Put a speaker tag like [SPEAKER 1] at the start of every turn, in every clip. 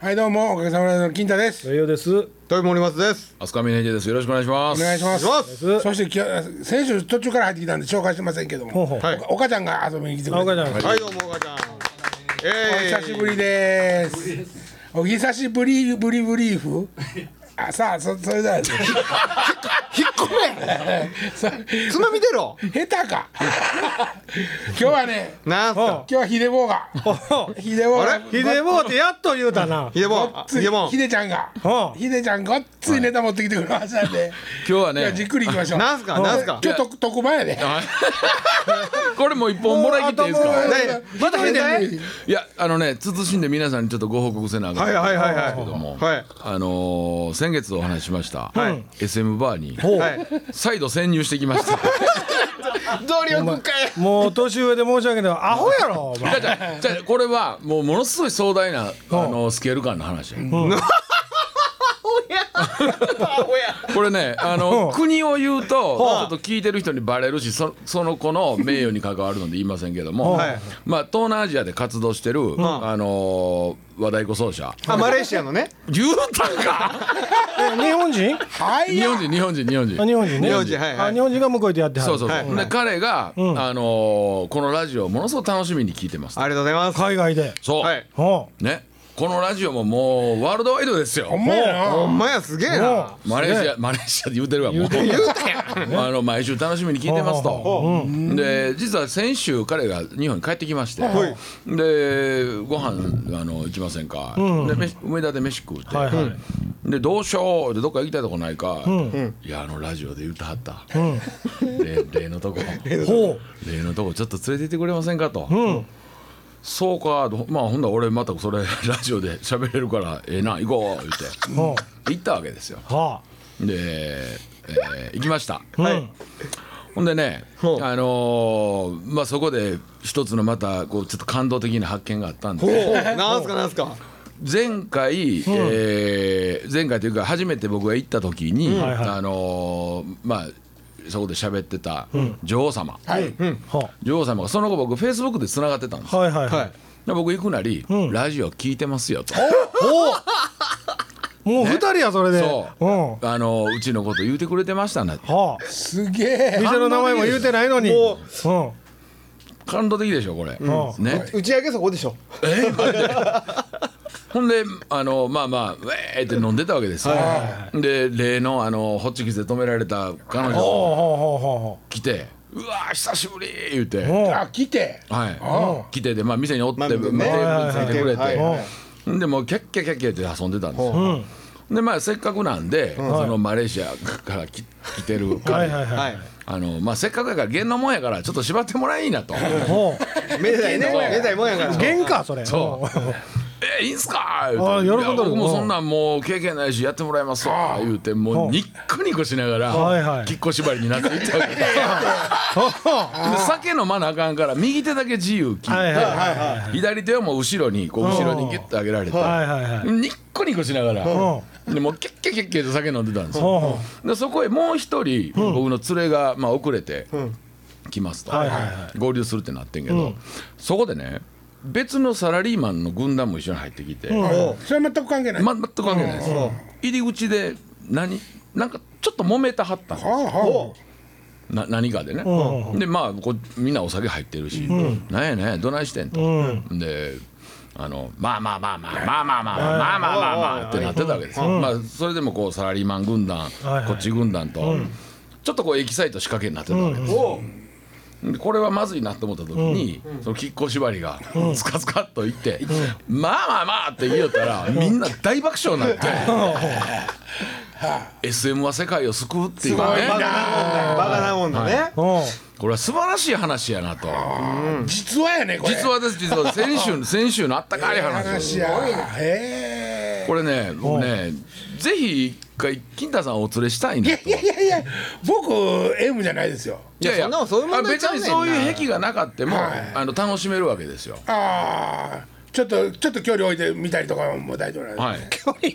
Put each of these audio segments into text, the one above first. [SPEAKER 1] はいどうもおかげさまでの金太です
[SPEAKER 2] 栄養です。お
[SPEAKER 3] 豊森松です。
[SPEAKER 4] 飛鳥峰秀です。よろしくお願いしま
[SPEAKER 1] お
[SPEAKER 4] す。
[SPEAKER 1] 願いします
[SPEAKER 3] お願いし
[SPEAKER 2] ます
[SPEAKER 1] そしてきょ先週途中から入ってきたんで紹介してませんけども
[SPEAKER 2] ほうほう
[SPEAKER 3] はい
[SPEAKER 1] お岡ちゃんが遊びに来てくれ
[SPEAKER 2] 母ち
[SPEAKER 1] て
[SPEAKER 2] ゃん、
[SPEAKER 3] はい、どうも、おかちゃん。え
[SPEAKER 1] お久しぶりですお久しぶりぶりブリーフあさあそそれでは
[SPEAKER 3] 引っ込
[SPEAKER 1] さ
[SPEAKER 3] め。つまみ出ろ。
[SPEAKER 1] 下手か今日はね
[SPEAKER 3] なんす
[SPEAKER 2] お
[SPEAKER 3] か。
[SPEAKER 1] 今日はひでぼうが
[SPEAKER 2] ほう
[SPEAKER 1] ひでぼう
[SPEAKER 3] あ
[SPEAKER 1] が
[SPEAKER 3] れ
[SPEAKER 2] ひでぼうってやっと言うたな。
[SPEAKER 3] ひでぼん。ひでぼん
[SPEAKER 1] ひ。でちゃんが
[SPEAKER 2] ほう
[SPEAKER 1] ひでちゃんごっついネタ持ってきてくれましたんで
[SPEAKER 4] 今日は
[SPEAKER 1] じゃあじっ
[SPEAKER 4] ね、
[SPEAKER 1] くりいきましょう
[SPEAKER 3] なんすか、なんすか。
[SPEAKER 1] 今日特特番やで
[SPEAKER 4] これもう一本もらいきっていいです
[SPEAKER 2] もうあと。
[SPEAKER 4] か
[SPEAKER 3] ね、またひで。はい、
[SPEAKER 4] いや、あのね、慎んで皆さんにちょっとご報告せなあかん。
[SPEAKER 3] はい、はい、はい
[SPEAKER 4] けども、
[SPEAKER 3] はい
[SPEAKER 4] あのー先月お話ししまし
[SPEAKER 3] は
[SPEAKER 4] た、
[SPEAKER 3] い
[SPEAKER 4] うん SM バーに
[SPEAKER 2] ほう
[SPEAKER 3] はい。
[SPEAKER 4] 再度潜入してきました。
[SPEAKER 3] 努力かい。
[SPEAKER 2] もう年上で申し訳ない。アホやろ、お前。
[SPEAKER 4] じゃあじゃあこれはもうものすごい壮大なあのスケール感の話。これね、あの国を言うとちょっと聞いてる人にバレるし、そその子の名誉に関わるので言いませんけども
[SPEAKER 3] はい、
[SPEAKER 4] まあ東南アジアで活動してるあのー和太鼓奏者。
[SPEAKER 3] あ、マレーシアのね。
[SPEAKER 4] 言うたんか。
[SPEAKER 2] え日本人？
[SPEAKER 1] はい
[SPEAKER 4] 日
[SPEAKER 1] や
[SPEAKER 4] 本人日本人日本
[SPEAKER 2] あ
[SPEAKER 4] 人。
[SPEAKER 2] 日本人ね。
[SPEAKER 3] 日本人はいはい
[SPEAKER 2] あ日本人が向こうでやってはる。
[SPEAKER 4] そうそう
[SPEAKER 3] はい
[SPEAKER 4] そう。で彼があのーこのラジオをものすごく楽しみに聞いてます。
[SPEAKER 3] ありがとうございます。
[SPEAKER 2] 海外で。
[SPEAKER 4] そう
[SPEAKER 3] はい。
[SPEAKER 2] ほ
[SPEAKER 4] ね、このラジオももうワールドワイドですよ
[SPEAKER 1] ほ。んまやな
[SPEAKER 3] ほ
[SPEAKER 1] ん
[SPEAKER 3] まや、すげえ
[SPEAKER 2] う。
[SPEAKER 3] な。
[SPEAKER 2] ほう
[SPEAKER 4] マレーシア、マレーシアで言うてるわ、もう。言うあの、毎週楽しみに聞いてますと。で、実は先週彼が日本に帰ってきまして。で、ご飯、あの、行きませんか。で、飯梅田で飯食うて
[SPEAKER 2] はい。はい。
[SPEAKER 4] で、どうしよう、で、どっか行きたいとこないか。いや、あの、ラジオで言ってはった。で、例のとこ。
[SPEAKER 2] ほう。
[SPEAKER 4] 例のとこちょっと連れて行ってくれませんかと、そうかとまあほんなら俺またそれラジオで喋れるからええな行こう言って
[SPEAKER 2] ほ
[SPEAKER 4] 行ったわけですよ
[SPEAKER 2] う。は
[SPEAKER 4] で、えー行きました
[SPEAKER 2] あ。はい。
[SPEAKER 4] ほんでね、
[SPEAKER 3] う
[SPEAKER 4] あのーまあ、そこで一つのまたこうちょっと感動的な発見があったん
[SPEAKER 3] ほ
[SPEAKER 4] で
[SPEAKER 3] うなんすか、なんすか。
[SPEAKER 4] 前回、えー前回というか初めて僕が行った時に、
[SPEAKER 2] はいはい
[SPEAKER 4] あのーまあそこで喋ってた女王様、
[SPEAKER 1] はい
[SPEAKER 2] ほ
[SPEAKER 4] 女王様がその後僕フェイスブックでつながってたんです
[SPEAKER 2] う。はいはいは
[SPEAKER 3] はい
[SPEAKER 2] い。。
[SPEAKER 4] で僕行くなり、
[SPEAKER 2] うん
[SPEAKER 4] ラジオ聞いてますよと、
[SPEAKER 2] もう二人やそれで。
[SPEAKER 4] そ
[SPEAKER 2] うん。は
[SPEAKER 4] あのうちのこと言うてくれてましたね
[SPEAKER 2] あ。
[SPEAKER 1] すげえ
[SPEAKER 2] 店の名前も言うてないのに。
[SPEAKER 3] も
[SPEAKER 2] うん。
[SPEAKER 4] 感動的でしょこれ、
[SPEAKER 2] う
[SPEAKER 4] ね
[SPEAKER 3] 打ち上げそこでしょ。
[SPEAKER 4] ほんであのまあまあウェーって飲んでたわけですよ、で例のあのホッチキスで止められた彼
[SPEAKER 2] ほうほ
[SPEAKER 4] 女が
[SPEAKER 2] うほうほ
[SPEAKER 4] 来て「うわー久しぶり!」言うて、
[SPEAKER 2] うほう。ほう。
[SPEAKER 1] あ来て
[SPEAKER 4] はい、来てで、まあ、店におって、
[SPEAKER 3] まあ
[SPEAKER 4] テーブルについてくれて、
[SPEAKER 3] はいはいはい
[SPEAKER 4] でもうキャッキャキャッキャって遊んでたんですよ、でまあせっかくなんで、そのマレーシアからき来てる
[SPEAKER 2] は
[SPEAKER 4] 彼、
[SPEAKER 2] いはい
[SPEAKER 3] は
[SPEAKER 2] はい。
[SPEAKER 3] い。
[SPEAKER 4] あのまあ、せっかくやから弦のもんやからちょっと縛ってもらえいいなと「
[SPEAKER 2] ほ
[SPEAKER 3] めでたいね。めでたいもんやから。
[SPEAKER 2] う。喧嘩それ。
[SPEAKER 4] そう
[SPEAKER 2] うん。
[SPEAKER 4] えいいんすか?」言
[SPEAKER 2] あ
[SPEAKER 4] う
[SPEAKER 2] ー
[SPEAKER 4] て
[SPEAKER 2] 喜んどる
[SPEAKER 4] いや僕もそんなんもう経験ないしやってもらいますわ」言うてもうニッコニコしなが
[SPEAKER 2] はいは
[SPEAKER 4] ら
[SPEAKER 2] い
[SPEAKER 4] きっこ縛りになっていったわけで
[SPEAKER 2] は
[SPEAKER 4] 酒飲まなあかんから右手だけ自由
[SPEAKER 2] い
[SPEAKER 4] 切っ
[SPEAKER 2] はい
[SPEAKER 4] て
[SPEAKER 2] はい。
[SPEAKER 4] 左手はもう後ろにこう後ろにギュッと上げられて
[SPEAKER 2] はいはいはい
[SPEAKER 4] ニッコニコしながら
[SPEAKER 2] う
[SPEAKER 4] でもうキャッキャッキャッキャと酒飲んでたんですよ
[SPEAKER 2] ほうほ
[SPEAKER 4] でそこへもう一人僕の連れがまあ遅れて来ますと
[SPEAKER 2] はいはいは
[SPEAKER 4] 合流するってなってんけどそこでね別のサラリーマンの軍団も一緒に入ってきてま
[SPEAKER 1] それは全く関係ない
[SPEAKER 4] 全く関係ないです入り口で何なんかちょっと揉めたはったんです
[SPEAKER 1] あは
[SPEAKER 4] な何かでねでまあこうみんなお酒入ってるし「なんやねんどないしてん」と
[SPEAKER 2] う。うん。
[SPEAKER 4] であのまあまあまあまあまあまあまあまあまあまあまあってなってたわけですよ、まあ、それでもこうサラリーマン軍団、
[SPEAKER 2] はい
[SPEAKER 4] こっち軍団と、ちょっとこうエキサイト仕掛けになってたわけです、でこれはまずいなと思った時に、そのきっこ縛りが つかつかっといって、まあまあまあって言いよったら、みんな大爆笑になって、SM は世界を救うっていうね
[SPEAKER 3] バカなもんだ。バカなもんだね。
[SPEAKER 2] ほう。
[SPEAKER 4] これは素晴らしい話やなと
[SPEAKER 1] あ実はやねこれ
[SPEAKER 4] 実はです実は先週先週のあったかい話で
[SPEAKER 1] 話
[SPEAKER 4] す
[SPEAKER 1] やへえ
[SPEAKER 4] これね、僕ね、ぜひ一回金太さんをお連れしたいなと。
[SPEAKER 1] いやいやいや僕 M じゃないですよ
[SPEAKER 4] いやい
[SPEAKER 3] いやそんなもんそういう問
[SPEAKER 4] あ
[SPEAKER 3] 題
[SPEAKER 4] 別
[SPEAKER 3] ちゃうね
[SPEAKER 4] に
[SPEAKER 3] んな
[SPEAKER 4] そういう癖がなかっても、
[SPEAKER 1] はい
[SPEAKER 4] あの楽しめるわけですよ。
[SPEAKER 1] ああちょっとちょっと距離置いてみたりとかも大丈夫なんです
[SPEAKER 2] 距
[SPEAKER 4] はい。
[SPEAKER 2] 離っ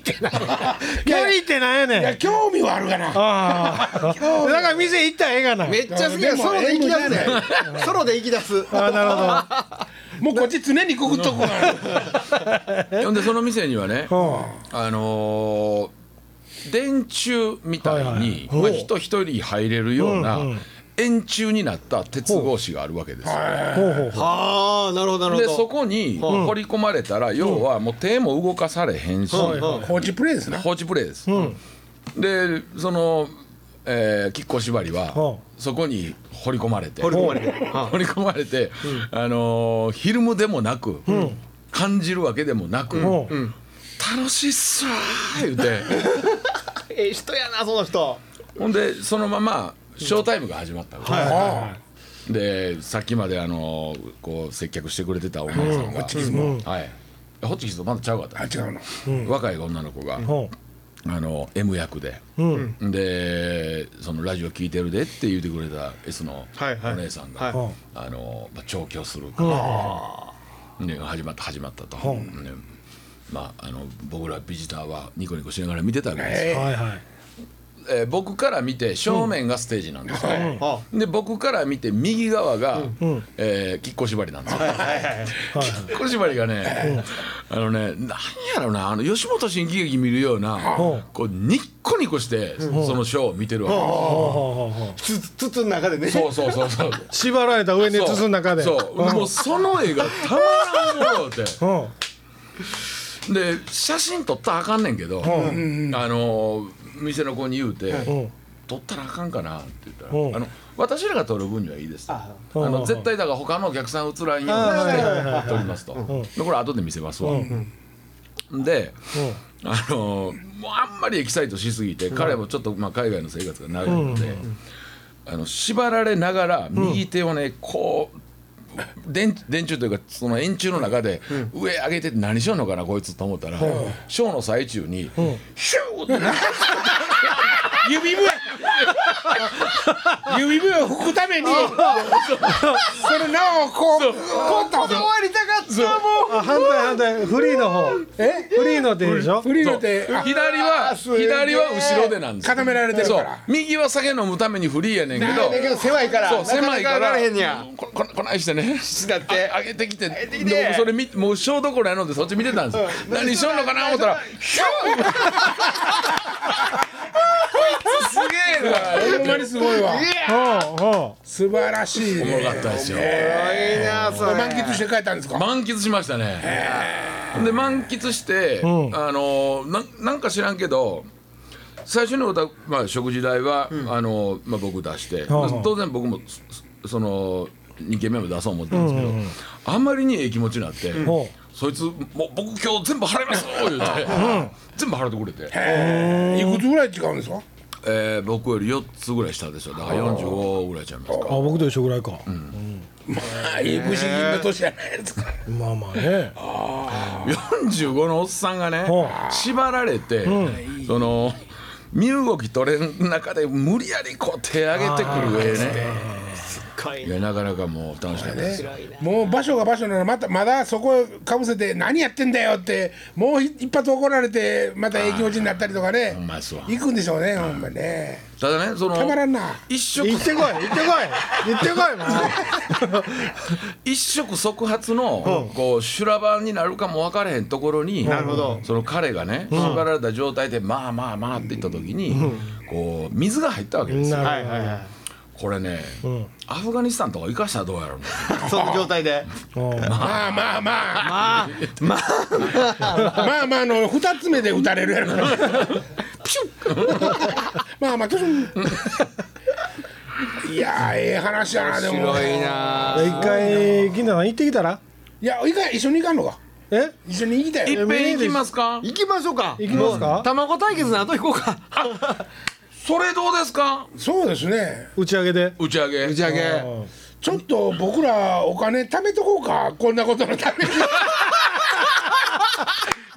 [SPEAKER 2] てなんやね
[SPEAKER 1] い
[SPEAKER 2] ん
[SPEAKER 1] や。興味はあるかな
[SPEAKER 2] ああ。だから店行ったらええがな。
[SPEAKER 3] めっちゃ好きや。ソロで行き出すね。ソロで行き出す。
[SPEAKER 2] あなるほど。
[SPEAKER 1] もうこっち常にくぐっとこない
[SPEAKER 4] ほんでその店にはね、あのー電柱みたいに、
[SPEAKER 2] はいはい
[SPEAKER 4] まあ、人一人入れるような
[SPEAKER 2] うんうん
[SPEAKER 4] 円柱になった鉄格子があるわけですよ。
[SPEAKER 2] ほうほうほう
[SPEAKER 3] はあなるほどな
[SPEAKER 4] で
[SPEAKER 3] る
[SPEAKER 4] そ
[SPEAKER 3] ほど
[SPEAKER 4] こに掘り込まれたら、要はもう手も動かされへんし、
[SPEAKER 3] はいはい
[SPEAKER 1] 放置プレイですな
[SPEAKER 4] 放置プレイです。でその、えー、キッコ縛りは、
[SPEAKER 2] はあ
[SPEAKER 4] そこに掘り込まれて
[SPEAKER 3] 掘り込まれては
[SPEAKER 4] 掘り込まれて、あのーひるむでもなく、感じるわけでもなく、
[SPEAKER 2] ほう
[SPEAKER 4] 楽しいっすわー言うて
[SPEAKER 3] あええ人やなその人
[SPEAKER 4] ほんでそのままショータイムが始まったわけです、
[SPEAKER 1] あ
[SPEAKER 4] でさっきまであのーこう接客してくれてたお姉さんが、はいホッチキスとまだちゃうかっ
[SPEAKER 1] あ
[SPEAKER 4] た、
[SPEAKER 1] 違うの
[SPEAKER 4] 若い女の子が、
[SPEAKER 2] ほ
[SPEAKER 4] あの M 役で、
[SPEAKER 2] ううん
[SPEAKER 4] でそのラジオ聞いてるでって言ってくれた S の
[SPEAKER 3] はいはい
[SPEAKER 4] お姉さんが、
[SPEAKER 3] はい
[SPEAKER 2] ほ
[SPEAKER 4] あのまあ、調教するから、ね、始まった始まったと、ねまあ、あの僕らビジターはニコニコしながら見てたわけですよ、
[SPEAKER 2] うはいはい
[SPEAKER 4] えー僕から見て正面がステージなんですよ、
[SPEAKER 3] は
[SPEAKER 4] で僕から見て右側が、えーきっこ縛りなんですよ、
[SPEAKER 2] はいはい
[SPEAKER 4] きっこ縛りがね、あのねなんやろなあの吉本新喜劇見るような、
[SPEAKER 2] うん
[SPEAKER 4] こうニッコニコして、そのショーを見てるわけですよ、
[SPEAKER 2] ほうほうほうほ
[SPEAKER 3] あつつつの中でね
[SPEAKER 4] そうそうそうそう
[SPEAKER 2] う縛られた上に筒の中で
[SPEAKER 4] そう
[SPEAKER 2] うん
[SPEAKER 4] もうその絵がたまらんものって
[SPEAKER 2] ほ
[SPEAKER 4] で写真撮ったらあかんねんけど、あの店の子に言うて、
[SPEAKER 2] ううん
[SPEAKER 4] 撮ったらあかんかなって言ったら、
[SPEAKER 2] うん
[SPEAKER 4] あの私らが撮る分にはいいですとあ
[SPEAKER 2] うん
[SPEAKER 4] の
[SPEAKER 2] うん
[SPEAKER 4] 絶対だから他のお客さん映らんように
[SPEAKER 2] あはいはい
[SPEAKER 4] して撮りますと、でこれ後で見せますわ、であのもうあんまりエキサイトしすぎて、彼もちょっと、まあ、海外の生活が長いので、あの縛られながら右手をね、こう電電柱というかその円柱の中で上上げてて何しようのかなこいつと思ったら、ショーの最中に、ヒューってな
[SPEAKER 1] 指笛指笛を吹くためにそれなおこうこうと
[SPEAKER 3] りたかったも
[SPEAKER 2] あ反対反対フリーの方
[SPEAKER 1] え
[SPEAKER 2] フリーの手でしょ
[SPEAKER 1] 振り
[SPEAKER 4] そ
[SPEAKER 1] の
[SPEAKER 4] う
[SPEAKER 1] 手あ
[SPEAKER 4] 左は
[SPEAKER 3] すげえ
[SPEAKER 4] 左は後ろでなんですよ
[SPEAKER 1] 固められてるから
[SPEAKER 4] そう右は酒飲むためにフリーやねんけ
[SPEAKER 3] だけ
[SPEAKER 4] ど
[SPEAKER 3] ど狭いから
[SPEAKER 4] そう
[SPEAKER 3] な
[SPEAKER 4] 狭
[SPEAKER 3] ないか
[SPEAKER 4] から
[SPEAKER 3] 上が
[SPEAKER 4] ら
[SPEAKER 3] れへんねや
[SPEAKER 4] こここないしてね
[SPEAKER 3] だって
[SPEAKER 4] あ上げてきて
[SPEAKER 3] げてきて
[SPEAKER 4] で僕それ見もうショーどころやのでそっち見てたんですよ何しようのかな思ったらヒュー
[SPEAKER 3] すげえな
[SPEAKER 1] ほんまにすごいわ
[SPEAKER 2] ほうほ
[SPEAKER 1] 素晴らしい
[SPEAKER 4] おもろかったですよ
[SPEAKER 3] いいなそれ
[SPEAKER 1] 満喫して帰ったんですか
[SPEAKER 4] 満喫しましたねで満喫して、
[SPEAKER 2] ん
[SPEAKER 4] あのなんなんか知らんけど最初のおた、まあ、食事代は、あのまあ、僕出して、
[SPEAKER 2] はいはい
[SPEAKER 4] 当然僕もそその2軒目も出そう思ってたんですけど、あんまりにええ気持ちになって、
[SPEAKER 2] うほ
[SPEAKER 4] そいつもう僕今日全部払いますよ言うて、全部払ってくれて、
[SPEAKER 1] いくつぐらい違うんですか
[SPEAKER 4] えー僕より4つぐらい下でしょだから45ぐらいちゃいます
[SPEAKER 2] うあ
[SPEAKER 4] か
[SPEAKER 2] 僕と一緒ぐらいか
[SPEAKER 1] まあいい不思議な年じゃないですか
[SPEAKER 2] まあまあね
[SPEAKER 4] 45のおっさんがね
[SPEAKER 2] ほう
[SPEAKER 4] 縛られて、その身動き取れん中で無理やりこう手上げてくる絵ね
[SPEAKER 3] かい
[SPEAKER 4] いやなかなかもう楽しかったですよ
[SPEAKER 1] もう場所が場所ならまたまだそこかぶせて何やってんだよってもう一発怒られてまたええ気持ちになったりとかね
[SPEAKER 4] ほんまですわ
[SPEAKER 1] 行くんでしょうねほんまね
[SPEAKER 4] ただねその
[SPEAKER 1] たまらんな
[SPEAKER 4] 一食
[SPEAKER 2] 行ってこい行ってこい行ってこいも
[SPEAKER 4] 一触即発のこう修羅場になるかも分からへんところに
[SPEAKER 3] なるほど
[SPEAKER 4] その彼がね縛られた状態でまあまあまあって言った時にこう水が入ったわけで
[SPEAKER 2] う
[SPEAKER 4] すよ
[SPEAKER 2] な
[SPEAKER 3] は
[SPEAKER 2] る
[SPEAKER 3] い
[SPEAKER 2] ほ
[SPEAKER 3] はいは
[SPEAKER 4] これねアフガニスタンとか生かしたらどうやろうね
[SPEAKER 3] いその状態で
[SPEAKER 2] どうん
[SPEAKER 1] まあまあまあ
[SPEAKER 3] あまあ
[SPEAKER 1] まあまああの二つ目で打たれるやろ まあまあちょっといやーええ話やなでも
[SPEAKER 3] 白いな
[SPEAKER 2] 一回銀太さん行ってきたら
[SPEAKER 1] いやいか一緒に行かんのか
[SPEAKER 2] え
[SPEAKER 1] 一緒に行きたい
[SPEAKER 4] いっぺん行きますか
[SPEAKER 3] 行きましょうか
[SPEAKER 2] 行きますか
[SPEAKER 3] もう卵対決の後行こうか
[SPEAKER 4] それどうですか
[SPEAKER 1] そうですね
[SPEAKER 2] 打ち上げで
[SPEAKER 4] 打ち上げ
[SPEAKER 3] 打ち上げ
[SPEAKER 2] うん
[SPEAKER 1] ちょっと僕らお金貯めとこうかこんなことのために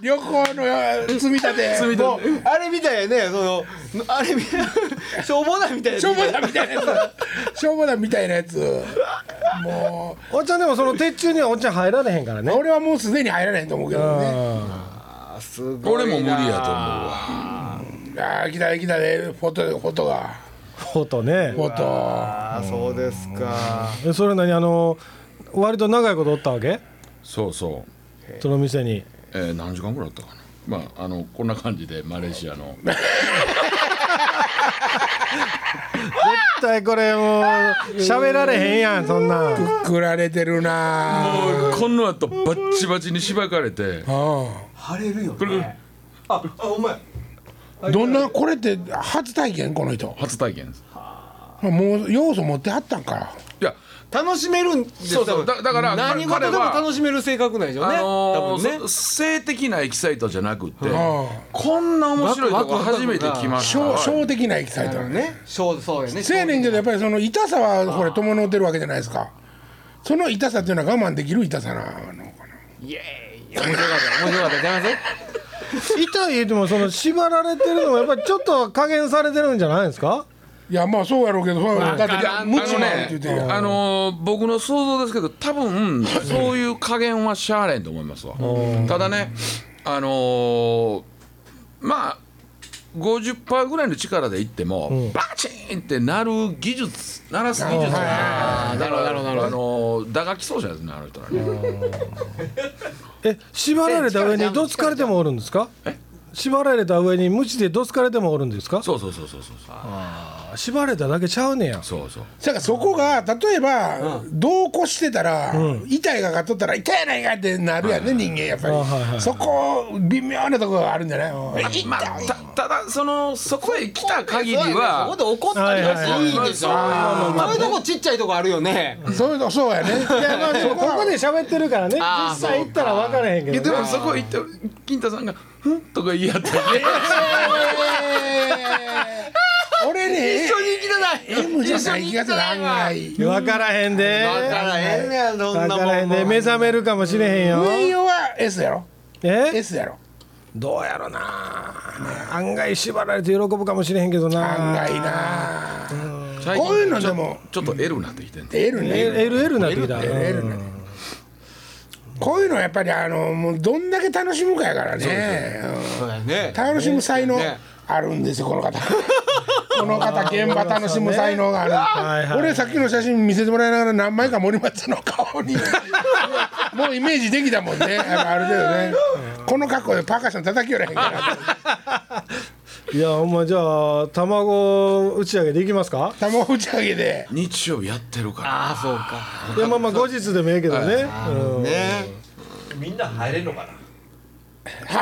[SPEAKER 1] 旅行の積み立て
[SPEAKER 4] 積み立て
[SPEAKER 1] も
[SPEAKER 3] あれみたいやねそのあれみたいしょうもないみたいうな
[SPEAKER 1] しょうもないみたいなやつしょうもないみたいなやつも
[SPEAKER 2] おっちゃんでもその鉄柱にはおっちゃん入られへんから
[SPEAKER 1] う
[SPEAKER 2] ね
[SPEAKER 1] 俺はもうすでに入らないと思うけどね
[SPEAKER 3] あすごいな
[SPEAKER 4] 俺も無理やと思うわ
[SPEAKER 1] ああ来た来たでフォトフォトが
[SPEAKER 2] フォトね
[SPEAKER 1] フォト
[SPEAKER 3] あそうですか
[SPEAKER 2] えそれなにあの割と長いことおったわけ
[SPEAKER 4] そうそう
[SPEAKER 2] その店に
[SPEAKER 4] えー何時間ぐらいあったかなまああのこんな感じでマレーシアの
[SPEAKER 2] 絶対これもう喋られへんやんそんなん
[SPEAKER 1] 食られてるなぁ
[SPEAKER 4] この後バッチバチにしばかれて
[SPEAKER 1] う
[SPEAKER 3] 腫れるよ
[SPEAKER 4] れ
[SPEAKER 3] ねああお前
[SPEAKER 1] んどんなこれって初体験この人
[SPEAKER 4] 初体験です
[SPEAKER 1] もう要素持ってはったんか
[SPEAKER 4] いや
[SPEAKER 3] 楽しめるんです
[SPEAKER 4] そうそうだだから
[SPEAKER 3] 何事で
[SPEAKER 4] 彼
[SPEAKER 3] も
[SPEAKER 4] は
[SPEAKER 3] 楽しめる性格なんでしょうね、
[SPEAKER 4] あの
[SPEAKER 3] 多
[SPEAKER 4] ー
[SPEAKER 3] 分
[SPEAKER 4] そ
[SPEAKER 3] ね
[SPEAKER 4] 性的なエキサイトじゃなくて、
[SPEAKER 1] ん
[SPEAKER 4] こんな面白いとこ初めて来ました
[SPEAKER 1] 小小的なエキサイトね
[SPEAKER 3] ねそうそうやね
[SPEAKER 1] せやねんけどやっぱりその痛さはほれ伴うてるわけじゃないですかその痛さっていうのは我慢できる痛さなのかな
[SPEAKER 3] イエーイ面白かった面白かったじゃいます
[SPEAKER 2] 痛い言うてもその縛られてるのもやっぱりちょっと加減されてるんじゃないですか
[SPEAKER 1] いやまあそうやろうけどそうやろうだって
[SPEAKER 4] あの
[SPEAKER 1] 無知なんって言うてる
[SPEAKER 4] ね、あのー僕の想像ですけど多分そういう加減はしゃあれんと思いますわただねあのーまあ50%ぐらいの力でいっても、バチーンってなる技術鳴らす技術がねだ
[SPEAKER 3] なる
[SPEAKER 4] から
[SPEAKER 3] ほどなるほど
[SPEAKER 4] あのー打楽器奏者ですねあの人らね
[SPEAKER 2] え縛られた上にどつかれてもおるんですか縛られた上に無知でどつかれてもおるんですか
[SPEAKER 4] そうそうそうそうそうそう
[SPEAKER 2] 縛られただけちゃうねや
[SPEAKER 4] そうそう
[SPEAKER 1] だからそこが例えば同行してたら痛いがかっとったら痛いやないかってなるやんね人間やっぱ
[SPEAKER 2] あはいはいは
[SPEAKER 1] り
[SPEAKER 2] い
[SPEAKER 1] そこ微妙なとこがあるんじゃないうん痛い
[SPEAKER 4] まあ、たただそのそこへ来た限り
[SPEAKER 3] そこ
[SPEAKER 4] は
[SPEAKER 3] で怒ったりはしていいんですよそういうとこちっちゃいとこあるよね
[SPEAKER 1] そういうのそうやねいやまあそ
[SPEAKER 2] こ
[SPEAKER 1] こ
[SPEAKER 2] こ
[SPEAKER 1] は
[SPEAKER 2] で
[SPEAKER 1] ね
[SPEAKER 2] 喋ってるからね
[SPEAKER 3] あー
[SPEAKER 2] 実際行ったら分からへんけ
[SPEAKER 4] いやで
[SPEAKER 2] どね
[SPEAKER 4] もそこへ行って金太さんが「ふん?」とか言い合ったりね
[SPEAKER 1] 俺ね
[SPEAKER 3] 一緒に行きたない
[SPEAKER 1] M じゃない気がする案外
[SPEAKER 2] 分からへんで
[SPEAKER 3] だからええねんそん
[SPEAKER 2] 分
[SPEAKER 3] な
[SPEAKER 2] か
[SPEAKER 3] もん
[SPEAKER 2] らへんで目覚めるかもしれへんよ
[SPEAKER 1] 上用は S やろ
[SPEAKER 2] え
[SPEAKER 1] S やろ
[SPEAKER 2] どうやろな案外縛られて喜ぶかもしれへんけど
[SPEAKER 1] 案
[SPEAKER 2] な
[SPEAKER 1] 外な
[SPEAKER 4] 最
[SPEAKER 1] こういうの
[SPEAKER 4] ち
[SPEAKER 1] で
[SPEAKER 4] ょ
[SPEAKER 1] も
[SPEAKER 4] ちょっとエルなってきてんね
[SPEAKER 1] L ね
[SPEAKER 2] LL なってきた
[SPEAKER 1] L ねこういうのはやっぱりあのもうどんだけ楽しむかやからねうん
[SPEAKER 3] そうやね
[SPEAKER 1] 楽しむ才能
[SPEAKER 3] ね
[SPEAKER 1] あるんですよこの方 この方現場楽しむ才能がある、
[SPEAKER 2] はいはい
[SPEAKER 1] 俺さっきの写真見せてもらいながら何枚か森松の顔 にもうイメージできたもんねやっぱある程度ね、この格好でパーカッション叩きよらへんから
[SPEAKER 2] いやお前じゃあ卵打ち上げでいきますか
[SPEAKER 1] 卵打ち上げで
[SPEAKER 4] 日曜日やってるから
[SPEAKER 3] ああそうか
[SPEAKER 2] いやまあまあ後日でもええけどねうん
[SPEAKER 3] ね
[SPEAKER 5] みんな入れんのかな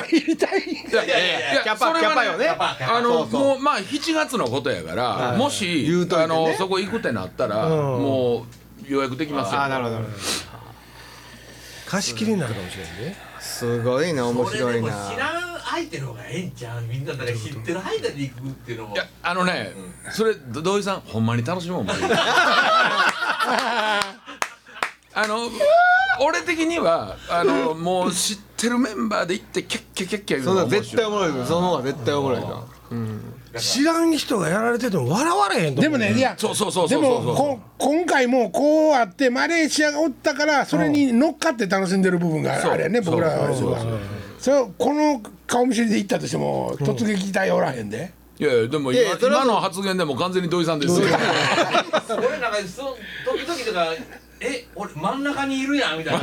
[SPEAKER 1] 入りたい
[SPEAKER 4] いやい
[SPEAKER 3] やいやキャパ
[SPEAKER 4] それは
[SPEAKER 3] キャパよねキャパ
[SPEAKER 4] あの
[SPEAKER 3] そうそう
[SPEAKER 4] もうまあ7月のことやから、もし
[SPEAKER 3] 言うといて
[SPEAKER 4] あ
[SPEAKER 3] ね
[SPEAKER 4] のそこ行くってなったら、もう予約できますよ
[SPEAKER 3] ああなるほどなるほど
[SPEAKER 2] 貸し切りになるかもしれんね
[SPEAKER 3] すごいな面
[SPEAKER 5] 俺
[SPEAKER 3] 白
[SPEAKER 5] で
[SPEAKER 3] い
[SPEAKER 5] も
[SPEAKER 3] な
[SPEAKER 5] 知らん相手の方がええんちゃうみんなだから知ってる間に行くっていうのも
[SPEAKER 4] いやあのね、それど土井さんほんまに楽しもう 思うあの俺的にはあのもう知ってるメンバーで行ってキャッキャキャッキャ言
[SPEAKER 3] そ
[SPEAKER 4] うんの
[SPEAKER 3] なん
[SPEAKER 4] が面
[SPEAKER 3] 絶対
[SPEAKER 4] 白
[SPEAKER 3] お
[SPEAKER 4] い
[SPEAKER 3] もろいぞその方が絶対おもろいぞ
[SPEAKER 2] 知らん人がやられてても笑われへんと
[SPEAKER 1] で
[SPEAKER 2] 思
[SPEAKER 1] も
[SPEAKER 2] う
[SPEAKER 1] ねいや
[SPEAKER 4] そうそうそうそ
[SPEAKER 1] で
[SPEAKER 4] うそう
[SPEAKER 1] もこ今回もこうあってマレーシアがおったからそれに乗っかって楽しんでる部分があれやね
[SPEAKER 4] そう
[SPEAKER 1] 僕らは
[SPEAKER 4] そうそうそう
[SPEAKER 1] それをこの顔見知りで行ったとしても突撃隊おらへんで、
[SPEAKER 4] いやいやでも
[SPEAKER 3] いやい
[SPEAKER 4] 今
[SPEAKER 3] やそれは
[SPEAKER 4] 今の発言でも完全に土井さんです よ
[SPEAKER 5] 俺なんかその時々とかえ俺真ん中にいるやんみたいな
[SPEAKER 3] い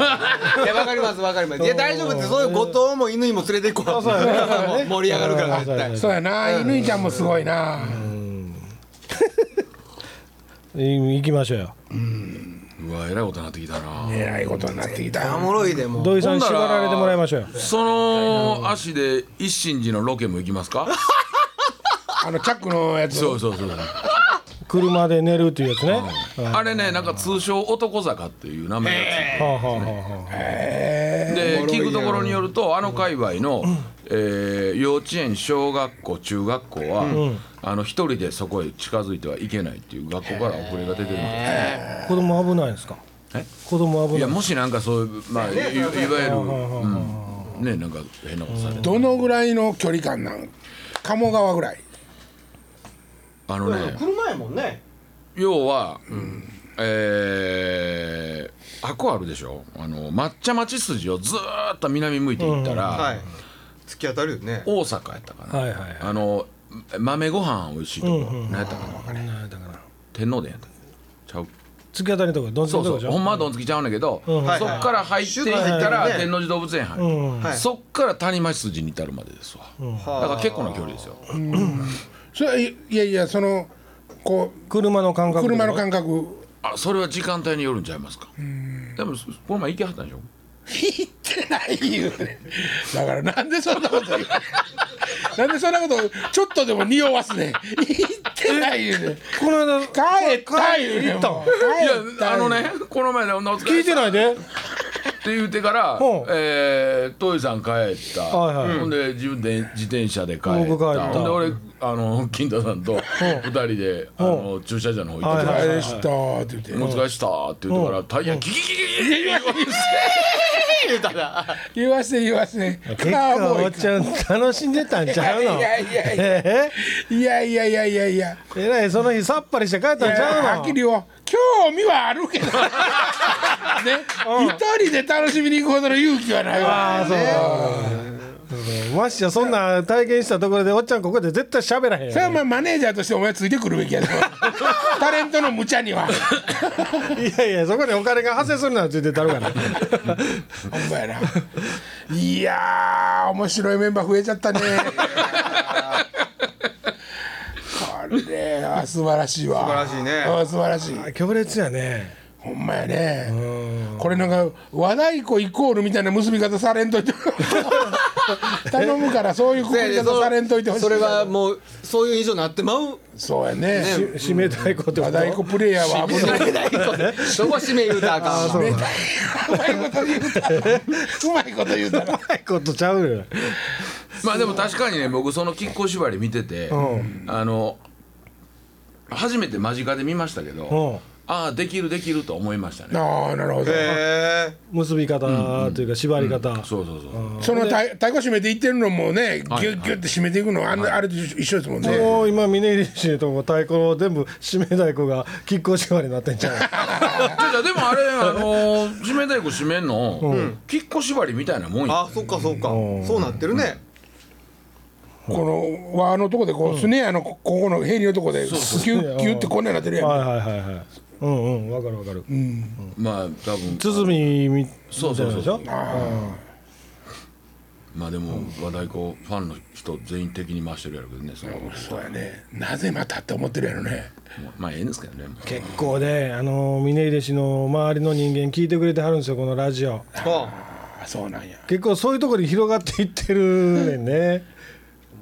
[SPEAKER 3] やわかりますわかりますいや大丈夫ですそういう後藤も犬にも連れて行こう
[SPEAKER 2] そうやね
[SPEAKER 3] もう盛り上がるから絶対
[SPEAKER 1] そうやな乾、ちゃんもすごいな、
[SPEAKER 2] い行きましょうよ
[SPEAKER 4] うわえらいことになってきたな、
[SPEAKER 1] えらいことになってき
[SPEAKER 3] お
[SPEAKER 1] た
[SPEAKER 3] もろいでもう
[SPEAKER 2] 土井さん
[SPEAKER 4] ほん
[SPEAKER 2] 縛
[SPEAKER 4] なら
[SPEAKER 2] られてもらいましょうよ
[SPEAKER 4] その足で一心寺のロケも行きますか
[SPEAKER 1] あのチャックのやつ
[SPEAKER 4] そうそうそう
[SPEAKER 2] 車で寝るっていうやつねは
[SPEAKER 4] あれねなんか通称男坂っていう名前がついて
[SPEAKER 2] あはあはあは
[SPEAKER 4] で聞くところによるとあの界隈の、えー幼稚園小学校中学校は、あの一人でそこへ近づいてはいけないっていう学校から遅れが出てるみたい
[SPEAKER 2] あ子供危ないんですか
[SPEAKER 4] え
[SPEAKER 2] 子供危
[SPEAKER 4] い
[SPEAKER 2] な
[SPEAKER 4] や
[SPEAKER 2] い
[SPEAKER 4] もしなんかそういうまあいいわゆる、うん、ねなんか変なことされて
[SPEAKER 1] どのぐらいの距離感なん鴨川ぐらい
[SPEAKER 4] あのね
[SPEAKER 3] 車やもんね
[SPEAKER 4] 要は、えー箱あるでしょあの抹茶町筋をずーっと南向いていったら、
[SPEAKER 3] はい突き当たるよね
[SPEAKER 4] 大阪やったかな、
[SPEAKER 2] はいはい
[SPEAKER 4] あの豆ご飯美味しいとこ、何やったかな
[SPEAKER 2] なんだから
[SPEAKER 4] 天皇殿やったちゃう
[SPEAKER 2] 突き当たりのとこどんず
[SPEAKER 4] そ
[SPEAKER 2] り
[SPEAKER 4] う
[SPEAKER 2] のとこ
[SPEAKER 4] そう
[SPEAKER 2] じゃん
[SPEAKER 4] ほんまはどんつきちゃうねんだけど、
[SPEAKER 3] はい
[SPEAKER 4] そっから入っていった
[SPEAKER 3] は
[SPEAKER 4] ら
[SPEAKER 3] いはい
[SPEAKER 4] 天王寺動物園入る、
[SPEAKER 2] うん
[SPEAKER 3] はい
[SPEAKER 4] そっから谷町筋に至るまでですわ、だから結構な距離ですよ、
[SPEAKER 1] それはいいやいやそのこ
[SPEAKER 2] 車の感
[SPEAKER 1] う
[SPEAKER 2] 覚
[SPEAKER 1] 車の感覚
[SPEAKER 4] あそれは時間帯によるんちゃいますか、でもそこの前行きはったんでしょ
[SPEAKER 1] 言ってない言うねだからなんでそんなこと言うなんでそんなことちょっとでも匂わすね言ってない言うね
[SPEAKER 2] この間
[SPEAKER 1] 帰った言うねもう
[SPEAKER 4] いや
[SPEAKER 1] 帰った
[SPEAKER 4] あのねこの前で女お疲
[SPEAKER 2] 聞
[SPEAKER 4] れ
[SPEAKER 2] いて
[SPEAKER 4] 様
[SPEAKER 2] ないで
[SPEAKER 4] って言うてから
[SPEAKER 2] ほう、
[SPEAKER 4] えー、トイさん帰った、
[SPEAKER 2] はいはい
[SPEAKER 4] ほんで自分で自転車で帰った
[SPEAKER 2] 僕帰った
[SPEAKER 4] ほんで俺あの金田さんと二人であの駐車場の方行ってた
[SPEAKER 1] あれしたーって言って
[SPEAKER 4] お疲れしたって言ってからタイヤキキキキキキキ
[SPEAKER 3] 言うたら
[SPEAKER 1] 言わせ言わせ
[SPEAKER 2] 結
[SPEAKER 1] カ
[SPEAKER 2] 構
[SPEAKER 1] ウボー
[SPEAKER 2] おっ
[SPEAKER 1] イ
[SPEAKER 2] ちゃん楽しんでたんちゃうの
[SPEAKER 1] いやいやいや
[SPEAKER 2] え
[SPEAKER 1] いやいやいやいやいや
[SPEAKER 2] ええらいその日さっぱりして帰ったんち
[SPEAKER 1] いや
[SPEAKER 2] ゃう
[SPEAKER 1] はっ
[SPEAKER 2] の
[SPEAKER 1] きり言おう興味はあるけ どね一人で楽しみに行くほどの勇気はないわ
[SPEAKER 2] ああそうましてやそんな体験したところでおっちゃんここで絶対喋らへん
[SPEAKER 1] それは
[SPEAKER 2] やん
[SPEAKER 1] まあマネージャーとしてお前ついてくるべ きやぞタレントの無茶には
[SPEAKER 2] いやいやそこにお金が発生するのはついてたるから
[SPEAKER 1] ほんまやないやー面白いメンバー増えちゃったねこれは素晴らしいわ
[SPEAKER 3] 素晴らしいね
[SPEAKER 1] うん素晴らしい
[SPEAKER 2] 強烈やね
[SPEAKER 1] ほんまやねこれなんか和太鼓イコールみたいな結び方されんと いて頼むからそういうくくり方されんといてほしい
[SPEAKER 3] それはもうそういう以上なってまう
[SPEAKER 1] そうやね
[SPEAKER 3] ね
[SPEAKER 2] 締めたいこと
[SPEAKER 1] 和
[SPEAKER 2] は
[SPEAKER 1] 太鼓プレイヤーは危ない
[SPEAKER 3] そこ締め言うたらあかんわ
[SPEAKER 1] うまいこと言うたらうまいこと言う たら
[SPEAKER 2] ないことちゃうよ
[SPEAKER 4] まあでも確かにね僕その亀甲縛り見てて、
[SPEAKER 2] ん
[SPEAKER 4] あの初めて間近で見ましたけど、ああできるできると思いましたね、
[SPEAKER 1] ああなるほど、
[SPEAKER 3] へ
[SPEAKER 2] 結び方というか縛り方、
[SPEAKER 4] そうそうそう、
[SPEAKER 1] その太太鼓締めていってるのもねギュッギュッて締めていくのあ,、あれと一緒ですもんね、
[SPEAKER 2] もう今峰岸のとこ太鼓を全部締め太鼓が亀甲縛りになってんちゃう
[SPEAKER 4] じゃあじゃあでもあれあのー締め太鼓締めんの、きっこ縛りみたいなもんや
[SPEAKER 3] あそっかそっかそうなってるね
[SPEAKER 1] この輪のとこでこう、スネアのここのヘリのとこでギュッギュッてこんなになってるやん、
[SPEAKER 2] はいはいはいはいうんうんわかるわかる
[SPEAKER 4] まあ多分
[SPEAKER 2] 鼓み
[SPEAKER 4] そうそうそう
[SPEAKER 2] みたいなでしょ
[SPEAKER 4] まあでも和太鼓ファンの人全員的に回してるやろうけどねその
[SPEAKER 1] そうやねなぜまたって思ってるやろね
[SPEAKER 4] まあええんですけどねもう
[SPEAKER 2] 結構ねあの峰秀氏の周りの人間聞いてくれてはるんですよこのラジオ
[SPEAKER 3] あ
[SPEAKER 1] あそうなんや
[SPEAKER 2] 結構そういうところに広がっていってるねんね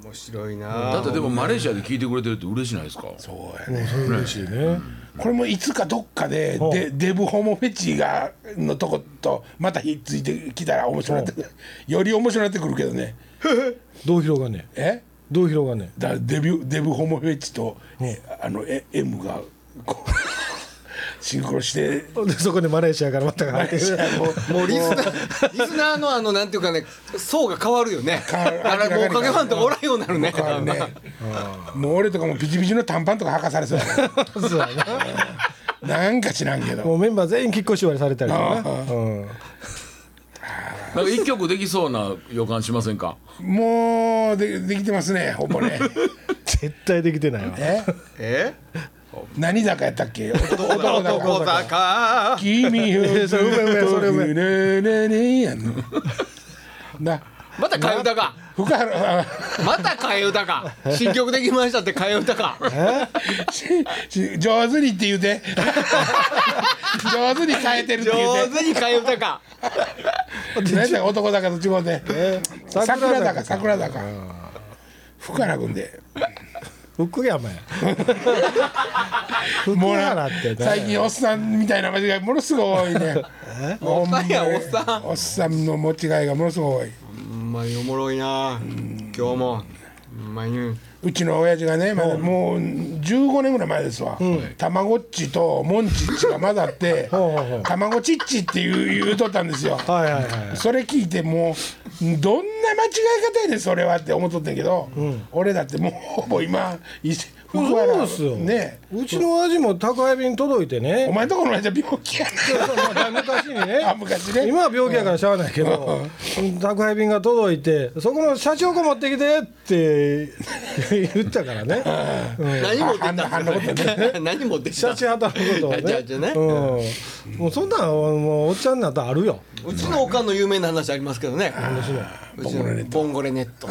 [SPEAKER 3] 面白いな
[SPEAKER 4] だってでもマレーシアで聞いてくれてるって嬉しないですか
[SPEAKER 1] そうや
[SPEAKER 2] もう
[SPEAKER 1] ね
[SPEAKER 2] それ嬉しいね
[SPEAKER 1] これもいつかどっかで
[SPEAKER 2] ん
[SPEAKER 1] デデブホモフェチがのとことまたひっついてきたら面白なってくるより面白なってくるけどね
[SPEAKER 2] どう広がんねん
[SPEAKER 1] え
[SPEAKER 2] どう広がんねん
[SPEAKER 1] だデビュデブホモフェチと、えあのえ M がこう シンクロして
[SPEAKER 2] でそこでマレーシアからまた入ってくる
[SPEAKER 3] もうリスナーリスナーのあのなんていうかね層が変わるよね
[SPEAKER 1] 変わる
[SPEAKER 3] あれもう影ファンとかおらんようになるね
[SPEAKER 1] 変わるねもう俺とかもピチピチの短パンとか履かされそうや
[SPEAKER 2] そうやな
[SPEAKER 1] ななんか知らんけ
[SPEAKER 2] も
[SPEAKER 1] ど
[SPEAKER 2] うメンバー全員きっこ縛りされたりとか
[SPEAKER 1] あ
[SPEAKER 2] な、うん、
[SPEAKER 4] なんか一曲できそうな予感しませんか
[SPEAKER 1] もうでできてますねほぼね
[SPEAKER 2] 絶対できてないわ
[SPEAKER 1] え
[SPEAKER 3] え
[SPEAKER 1] 何坂やったっけ男
[SPEAKER 3] 男
[SPEAKER 1] 男坂
[SPEAKER 3] 坂
[SPEAKER 1] 君を
[SPEAKER 2] それうめえうめえそれうめ
[SPEAKER 1] ねねねやんのな
[SPEAKER 3] また替え歌か
[SPEAKER 1] 福原あ
[SPEAKER 3] また替え歌 か新曲できましたって替え歌か
[SPEAKER 1] しし上手にって言うて上手に変えてるって言
[SPEAKER 3] 上
[SPEAKER 1] うて
[SPEAKER 3] 手に替え歌か
[SPEAKER 1] 何だ男坂と違うて桜
[SPEAKER 2] 桜
[SPEAKER 1] 坂
[SPEAKER 2] 坂
[SPEAKER 1] 桜坂福原君で
[SPEAKER 2] 福山や福
[SPEAKER 1] もう
[SPEAKER 2] 山
[SPEAKER 1] な
[SPEAKER 2] ってな
[SPEAKER 1] 最近おっさんみたいな間違いものすごい多い ねお
[SPEAKER 3] っさんやおっさん
[SPEAKER 1] おっさんの間違いがものすごい多い
[SPEAKER 3] ほんまにおもろいな今日もほんまに
[SPEAKER 1] うちの親父がね、まだもう15年ぐらい前ですわ、たまごっちとモンチッチが混ざって
[SPEAKER 2] ほうほうほう
[SPEAKER 1] たまごちっちって言う言うとったんですよ
[SPEAKER 2] はいはいはい
[SPEAKER 1] それ聞いてもうどんな間違い方やねんそれはって思っとってんけど、俺だってもうほぼ今い福
[SPEAKER 2] そうですよ、
[SPEAKER 1] ね
[SPEAKER 2] うちの親父も宅配便届いて
[SPEAKER 1] お
[SPEAKER 2] ね
[SPEAKER 1] 前んとこの親父は病気や
[SPEAKER 2] そうそうまあ昔にね
[SPEAKER 1] なあ昔ね
[SPEAKER 2] 今は病気やからしゃあないけど、宅配便が届いてそこの社長が持ってきてって言ったからね、
[SPEAKER 3] 何持って
[SPEAKER 1] あんなあんなこと
[SPEAKER 3] きた 何持ってき
[SPEAKER 2] 社
[SPEAKER 3] た
[SPEAKER 2] 長働くことをね
[SPEAKER 3] じゃあじゃあね
[SPEAKER 2] うん、もうそんなんもうおっちゃんになったらあるよ
[SPEAKER 3] うちのおかんの有名な話ありますけどねうちのボンゴレネット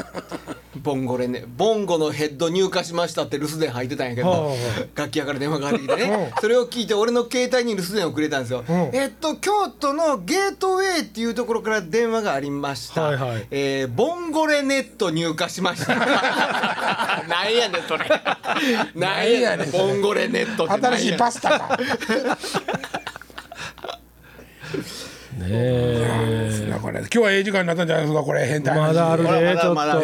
[SPEAKER 3] ボンゴレ ネボンゴのヘッド入荷しましたって留守電入ってたんやけ
[SPEAKER 2] はあ
[SPEAKER 3] ど
[SPEAKER 2] は
[SPEAKER 3] 楽器屋から電話かかってきてねそれを聞いて俺の携帯に留守電をくれたんですよえっと京都のゲートウェイっていうところから電話がありまし
[SPEAKER 2] は
[SPEAKER 3] た
[SPEAKER 2] いはい
[SPEAKER 3] えーボンゴレネット入荷しました なんやねんそれ なんやねんボンゴレネットってなんやね
[SPEAKER 1] 新
[SPEAKER 3] ん
[SPEAKER 1] しいパスタ か
[SPEAKER 2] ねえ
[SPEAKER 1] そんなこれ今日はええ時間になったんじゃないですかこれ変態
[SPEAKER 2] まだある
[SPEAKER 3] ま
[SPEAKER 2] ね
[SPEAKER 3] だ
[SPEAKER 2] ちょ
[SPEAKER 3] まだ
[SPEAKER 2] っ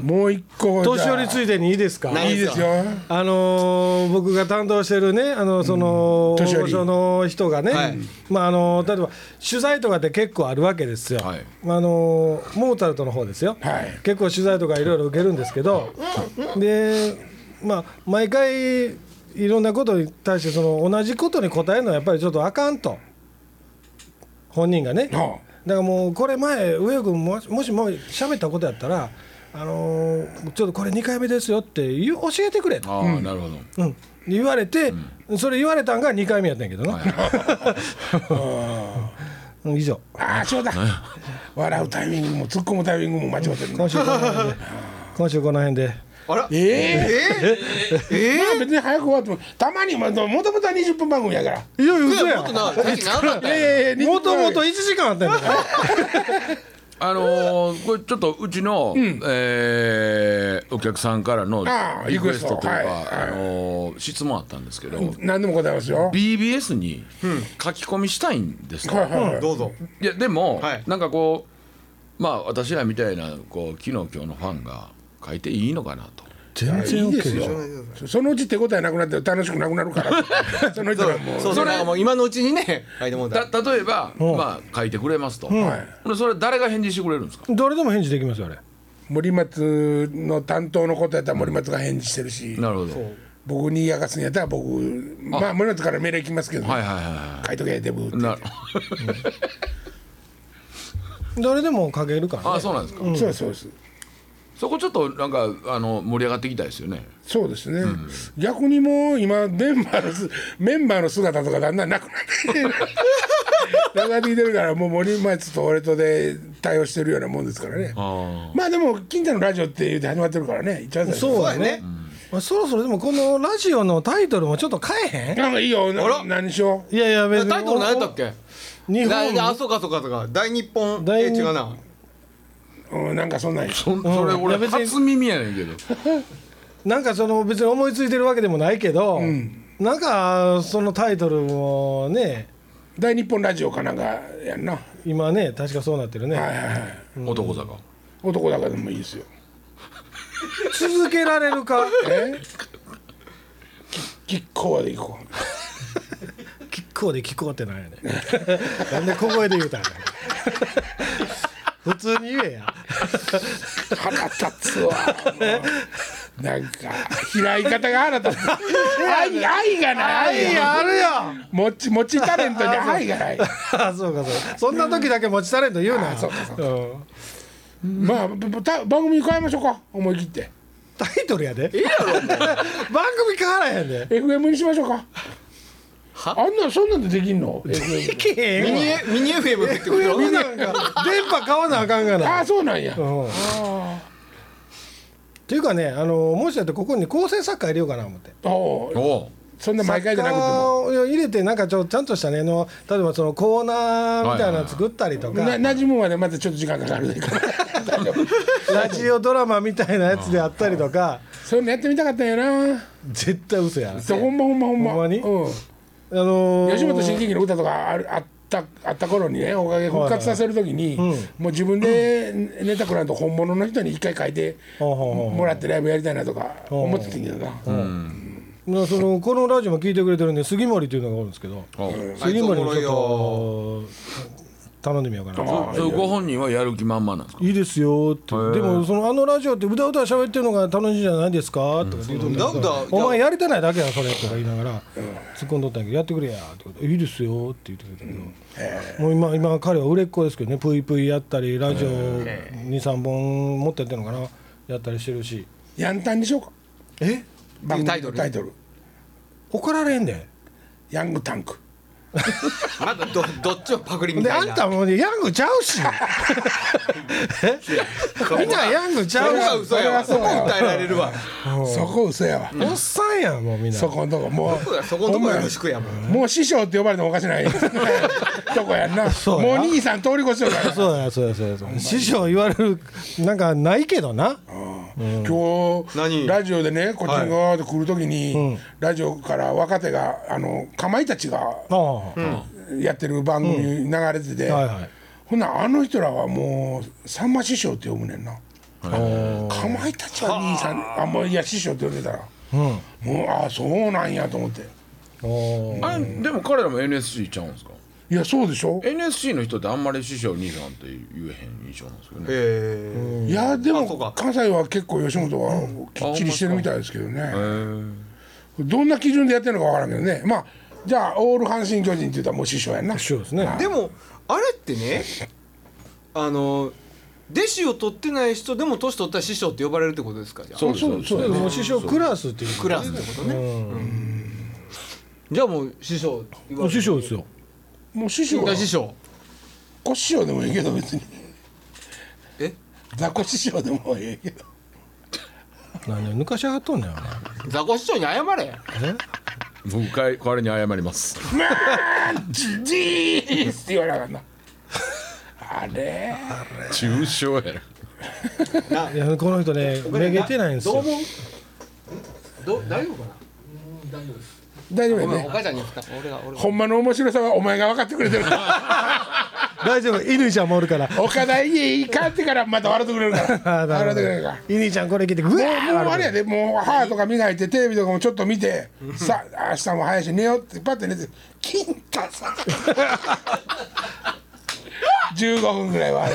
[SPEAKER 1] もう一個
[SPEAKER 2] と
[SPEAKER 1] じゃあ
[SPEAKER 2] 年寄りついでにいいですか
[SPEAKER 3] ない
[SPEAKER 1] いいですよ
[SPEAKER 2] あのー僕が担当してるねあのその
[SPEAKER 1] 年
[SPEAKER 2] 大
[SPEAKER 1] 寄り
[SPEAKER 2] 御所の人がね、
[SPEAKER 3] はい
[SPEAKER 2] まああのー例えば取材とかって結構あるわけですよ、
[SPEAKER 4] はい
[SPEAKER 2] あのーモーツァルトの方ですよ、
[SPEAKER 1] はい
[SPEAKER 2] 結構取材とかいろいろ受けるんですけど、でまあ毎回いろんなことに対してその同じことに答えるのはやっぱりちょっとあかんと本人がね、
[SPEAKER 1] はあ
[SPEAKER 2] だからもうこれ前上野君ももしも喋ったことやったら「あのーちょっとこれ2回目ですよ」って言う教えてくれと、
[SPEAKER 4] ああなるほど
[SPEAKER 2] うん、言われて、それ言われたんが2回目やったんやけどな、 うん以上
[SPEAKER 1] ああそうだ笑うタイミングも突っ込むタイミングも間違ってるな
[SPEAKER 2] 今週この辺 で今週この辺で
[SPEAKER 3] あら
[SPEAKER 1] ええ
[SPEAKER 3] えー
[SPEAKER 1] まあ別に早く終わってもたまにまあもともとは20分番組やから
[SPEAKER 2] いや嘘
[SPEAKER 3] も
[SPEAKER 2] や
[SPEAKER 3] っと長いさっき長かったよ
[SPEAKER 1] ええ
[SPEAKER 2] もともと1時間あったんやから
[SPEAKER 4] あのーこれちょっとうちの、えーお客さんからの
[SPEAKER 1] ああ
[SPEAKER 4] リクエストというか
[SPEAKER 1] リクエストはい
[SPEAKER 4] あのー質問あったんですけど、
[SPEAKER 1] 何でもございますよ
[SPEAKER 4] BBS に書き込みしたいんですと、
[SPEAKER 1] はいはいはい
[SPEAKER 3] どうぞ
[SPEAKER 4] いやでも、
[SPEAKER 3] はい
[SPEAKER 4] なんかこうまあ私らみたいなこう昨日今日のファンが書いていいのかなと。
[SPEAKER 2] 全
[SPEAKER 1] い
[SPEAKER 2] 然
[SPEAKER 1] い
[SPEAKER 2] OK
[SPEAKER 1] ですよそそのうち手応えなくなって楽しくなくなるから その人はもう
[SPEAKER 3] そうそうなんかもう今のうちにね書いてもうた
[SPEAKER 4] だ例えば、まあ、書いてくれますと、ほんでそれ誰が返事してくれるんですか
[SPEAKER 2] 誰でも返事できますよあれ
[SPEAKER 1] 森松の担当のことやったら森松が返事してるし
[SPEAKER 4] なるほど
[SPEAKER 1] 僕に嫌がすんやったら僕まあ森松から命令来ますけど、
[SPEAKER 4] はいはいはいは
[SPEAKER 1] 書いとけデブって
[SPEAKER 4] いな
[SPEAKER 2] 誰でも書けるから
[SPEAKER 4] あ
[SPEAKER 2] ね
[SPEAKER 4] そうなんですか、
[SPEAKER 1] そうですそうです
[SPEAKER 4] そこちょっとなんかあの盛り上がっていきたいですよね
[SPEAKER 1] そうですね、逆にもう今メンバーのすメンバーの姿とかだんだんなくなってなくなってきてるからもう森松と俺とで対応してるようなもんですからねまあでも近所のラジオって言うて始まってるからね一番最初
[SPEAKER 2] そう
[SPEAKER 3] そう
[SPEAKER 2] や
[SPEAKER 3] や
[SPEAKER 2] ね
[SPEAKER 3] ね、
[SPEAKER 2] まあそろそろでもこのラジオのタイトルもちょっと変えへん
[SPEAKER 1] なんかいいよな
[SPEAKER 3] あら
[SPEAKER 1] 何しよ
[SPEAKER 2] いやいや別に
[SPEAKER 3] タイトル何やったっけ
[SPEAKER 2] 日
[SPEAKER 3] 大あ
[SPEAKER 2] 本
[SPEAKER 3] そうかそうかそうか大日本
[SPEAKER 2] 大
[SPEAKER 3] え
[SPEAKER 2] 日
[SPEAKER 3] 違うな
[SPEAKER 1] う、うん、なんかそんなんや
[SPEAKER 4] そんそれ俺
[SPEAKER 2] いや別に
[SPEAKER 4] 初耳やねんけど
[SPEAKER 2] なんかその別に思いついてるわけでもないけど、なんかそのタイトルもね
[SPEAKER 1] 大日本ラジオかなんかやんなは
[SPEAKER 2] 今ね確かそうなってるね、
[SPEAKER 1] いはいはい
[SPEAKER 4] 男坂
[SPEAKER 1] 男だからでもいいですよ
[SPEAKER 2] 続けられるか
[SPEAKER 1] えきっこはでいこう
[SPEAKER 2] 聞こうで聞こうってなんやねんなんで小声で言うたんやねん普通に言えや
[SPEAKER 1] 腹立つわもうなんか開い方が腹立つ愛愛がない愛が
[SPEAKER 2] あるよ
[SPEAKER 1] もちもちタレントに愛がない
[SPEAKER 2] あそうかそうかそんな時だけ持ちタレント言うな
[SPEAKER 1] あそうかそう
[SPEAKER 2] うん
[SPEAKER 1] まあぶぶた番組変えましょうか思い切って
[SPEAKER 2] タイトルやで番組変わらへんで
[SPEAKER 1] FM にしましょうか
[SPEAKER 3] は
[SPEAKER 1] あんなそんなんでできんの
[SPEAKER 2] で
[SPEAKER 1] FM
[SPEAKER 2] きへ
[SPEAKER 3] ミ
[SPEAKER 2] ん
[SPEAKER 3] ニ
[SPEAKER 2] わ
[SPEAKER 3] エミニ FM って言ってくれよ
[SPEAKER 2] みんなんか電波買わなあかんがな
[SPEAKER 1] ああそうなんや
[SPEAKER 2] うんっていうかね、あのもしだってここに構成作家入れようかな思って。
[SPEAKER 1] おお
[SPEAKER 4] お
[SPEAKER 1] う
[SPEAKER 4] お
[SPEAKER 1] そんな毎回じゃなくても
[SPEAKER 2] あー入れてなんかちょちゃんとしたねあの例えばそのコーナーみたいなの作ったりとか、
[SPEAKER 1] な馴染むまでま ずちょっと時間かかるから大丈夫
[SPEAKER 2] ラジオドラマみたいなやつであったりとか
[SPEAKER 1] そういうのやってみたかったんやな
[SPEAKER 2] 絶対嘘やな。
[SPEAKER 1] そうほんまほんまほんま
[SPEAKER 2] ほんまに
[SPEAKER 1] うん
[SPEAKER 2] あのー
[SPEAKER 1] 吉本新喜劇の歌とかあるあったあった頃にねおかげ復活させる時に、もう自分でネタくらんと本物の人に一回書いて
[SPEAKER 2] ほうほうほう
[SPEAKER 1] もらってライブやりたいなとか思ってたけどな、
[SPEAKER 2] まあそのこのラジオも聞いてくれてるんで杉森というのがおるんですけど
[SPEAKER 4] お
[SPEAKER 3] あい
[SPEAKER 2] 杉
[SPEAKER 3] つ
[SPEAKER 2] 森
[SPEAKER 3] おも
[SPEAKER 2] に
[SPEAKER 3] ろい
[SPEAKER 2] ち
[SPEAKER 3] よ
[SPEAKER 2] ょっ頼んでみようかな
[SPEAKER 4] それご本人はやる気満々なんですか
[SPEAKER 2] いいですよってでもそのあのラジオってうだうだ喋ってるのが楽しいんじゃないですかとか言うとんだけど
[SPEAKER 3] うだうだ
[SPEAKER 2] お前やりてないだけやそれとか言いながら突っ込んどったんやけどやってくれやってこといいですよって言ってくれたけどもう今今彼は売れっ子ですけどねぷいぷいやったりラジオ23本持ってってんのかなやったりしてるし
[SPEAKER 1] ヤンタンでしょうか
[SPEAKER 3] え
[SPEAKER 1] 番組
[SPEAKER 3] タイトル
[SPEAKER 1] タイトル
[SPEAKER 2] 怒られんで
[SPEAKER 1] ヤングタンク
[SPEAKER 3] まだどどっちもパクリみ
[SPEAKER 2] で
[SPEAKER 3] たい
[SPEAKER 2] あ
[SPEAKER 3] なん
[SPEAKER 2] たもうヤングちゃうしえみんなヤングち
[SPEAKER 3] そ
[SPEAKER 2] ゃ
[SPEAKER 3] こ
[SPEAKER 2] う
[SPEAKER 3] が
[SPEAKER 2] し
[SPEAKER 3] 嘘やわ
[SPEAKER 1] そ
[SPEAKER 3] そ
[SPEAKER 1] れは
[SPEAKER 3] こ
[SPEAKER 1] そうやわ
[SPEAKER 3] 訴えられるわ
[SPEAKER 1] そこ嘘やわ
[SPEAKER 2] おっさんやんもうみんな
[SPEAKER 1] そこんとこも
[SPEAKER 3] そう
[SPEAKER 1] う
[SPEAKER 3] だそこのとこよろしくやもん
[SPEAKER 1] もう師匠って呼ばれてもおかし ないとこやんな
[SPEAKER 2] そう
[SPEAKER 1] も
[SPEAKER 2] や
[SPEAKER 1] う兄さん通り越しよるから
[SPEAKER 2] そうやそうやそうやそうや師匠言われるなんかないけどな
[SPEAKER 1] 今日
[SPEAKER 3] 何
[SPEAKER 1] ラジオでねこっち側で来る時に、ラジオから若手があのかまいたちが
[SPEAKER 2] ああ、
[SPEAKER 1] やってる番組流れてて、
[SPEAKER 2] はいはい
[SPEAKER 1] ほんならあの人らはもうさんま師匠って呼ぶねんな。かまいたちは兄さんあもういや師匠って呼んでたら、もうああそうなんやと思って
[SPEAKER 2] おー
[SPEAKER 4] あれでも彼らも NSC ちゃうんですか
[SPEAKER 1] いやそうでしょ、
[SPEAKER 4] NSC の人ってあんまり師匠兄さんって言えへん印象なんですけどね
[SPEAKER 3] ええ
[SPEAKER 1] いやで
[SPEAKER 3] あそう
[SPEAKER 1] も
[SPEAKER 3] か
[SPEAKER 1] 関西は結構吉本はきっちりしてるみたいですけどね、
[SPEAKER 4] へー
[SPEAKER 1] どんな基準でやってるのかわからんけどねまあじゃあオール阪神・巨人って言ったらもう師匠やんな
[SPEAKER 2] 師匠ですね
[SPEAKER 3] でもあれってねあの弟子を取ってない人でも年取ったら師匠って呼ばれるってことですかじゃあ
[SPEAKER 4] そうですそうです
[SPEAKER 1] そう
[SPEAKER 2] もう師匠クラスっていう
[SPEAKER 3] クラスってことねうんじゃあもう師匠言わ
[SPEAKER 2] お
[SPEAKER 3] れ
[SPEAKER 2] 師匠ですよ
[SPEAKER 1] もう師匠は
[SPEAKER 3] 大師匠
[SPEAKER 1] 雑魚師匠でもいいけど別に
[SPEAKER 3] え
[SPEAKER 1] 雑魚師匠でもいいけど
[SPEAKER 2] 何を抜かしやがっとんねんお前
[SPEAKER 3] ザコ師匠に謝れ
[SPEAKER 4] 僕かい代わりに謝ります
[SPEAKER 1] 「じじーっ!」って言わなあかんなあれ
[SPEAKER 4] 中傷やろ
[SPEAKER 2] いやこの人ねめげてないんです
[SPEAKER 3] ど
[SPEAKER 2] よ
[SPEAKER 3] う思うど大丈夫かな
[SPEAKER 1] 大丈夫や
[SPEAKER 3] ごめんお
[SPEAKER 1] ね
[SPEAKER 3] 母ちゃんに言った俺が俺が
[SPEAKER 1] ほんまの面白さはお前が分かってくれてるから
[SPEAKER 2] 大丈夫乾ちゃんもおるから
[SPEAKER 1] 岡田家に帰ってからまた笑ってくれるから
[SPEAKER 2] あー なる
[SPEAKER 1] 笑っ
[SPEAKER 2] ほ
[SPEAKER 1] て
[SPEAKER 2] ど
[SPEAKER 1] くれるから
[SPEAKER 2] 乾ちゃんこれ来てグ
[SPEAKER 1] もうもう
[SPEAKER 2] ワ
[SPEAKER 1] あれやでもう歯とか磨いてテレビとかもちょっと見てさあ明日も早いし寝ようってパッて寝て「金太さん」15分ぐらいはあれ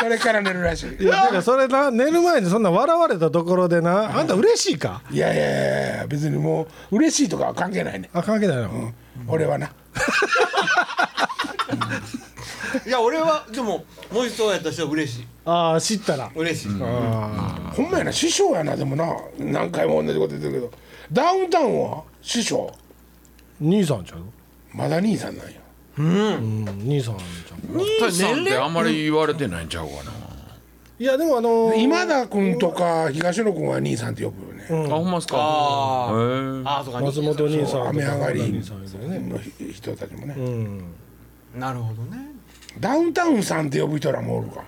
[SPEAKER 1] それから寝るらしい
[SPEAKER 2] いやだからそれな寝る前にそんな笑われたところでなあんた嬉しいか
[SPEAKER 1] いやいやいやいや別にもう嬉しいとかは関係ないね、
[SPEAKER 2] あ関係ないの
[SPEAKER 1] 俺はない
[SPEAKER 3] や俺はでももう一度やった人は嬉しい
[SPEAKER 2] ああ知ったら
[SPEAKER 3] 嬉しい
[SPEAKER 1] ほんまやな師匠やなでもな何回も同じこと言ってるけどダウンタウンは師匠
[SPEAKER 2] 兄さんちゃう
[SPEAKER 1] まだ兄さんなんや
[SPEAKER 2] うん兄さんちゃう
[SPEAKER 4] 兄さんってあんまり言われてないんちゃうかな、
[SPEAKER 2] いやでもあのー
[SPEAKER 1] 今田君とか東野君は兄さんって呼ぶよね、
[SPEAKER 4] あほんまっすか
[SPEAKER 3] あ
[SPEAKER 4] へえ
[SPEAKER 3] ああとか
[SPEAKER 2] 松本兄さんとか
[SPEAKER 1] 雨上がり
[SPEAKER 2] 兄さんですよね
[SPEAKER 1] の人たちもね、
[SPEAKER 2] うん
[SPEAKER 3] なるほどね
[SPEAKER 1] ダウンタウンさんって呼ぶ人らもおるか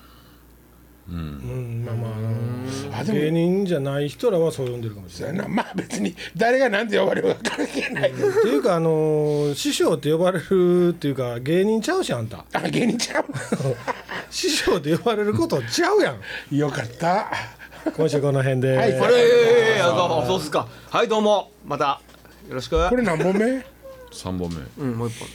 [SPEAKER 2] うんまあまああの
[SPEAKER 1] あで
[SPEAKER 2] 芸
[SPEAKER 1] も
[SPEAKER 2] 人じゃない人らはそう呼んでるかもし
[SPEAKER 1] そ
[SPEAKER 2] れ
[SPEAKER 1] う
[SPEAKER 2] な
[SPEAKER 1] やなまあ別に誰が何て呼ばれるか関係ない、
[SPEAKER 2] いっていうかあのー師匠って呼ばれるっていうか芸人ちゃうしあんた
[SPEAKER 1] あ芸人ちゃ
[SPEAKER 2] 師匠って呼ばれることちゃう やん
[SPEAKER 1] うよかった
[SPEAKER 2] 今週この辺で、
[SPEAKER 1] はい
[SPEAKER 3] あれいやいやいやあそうっすかはいどうもまたよろしく
[SPEAKER 1] これ何本目
[SPEAKER 4] 三本目
[SPEAKER 3] うんもう一本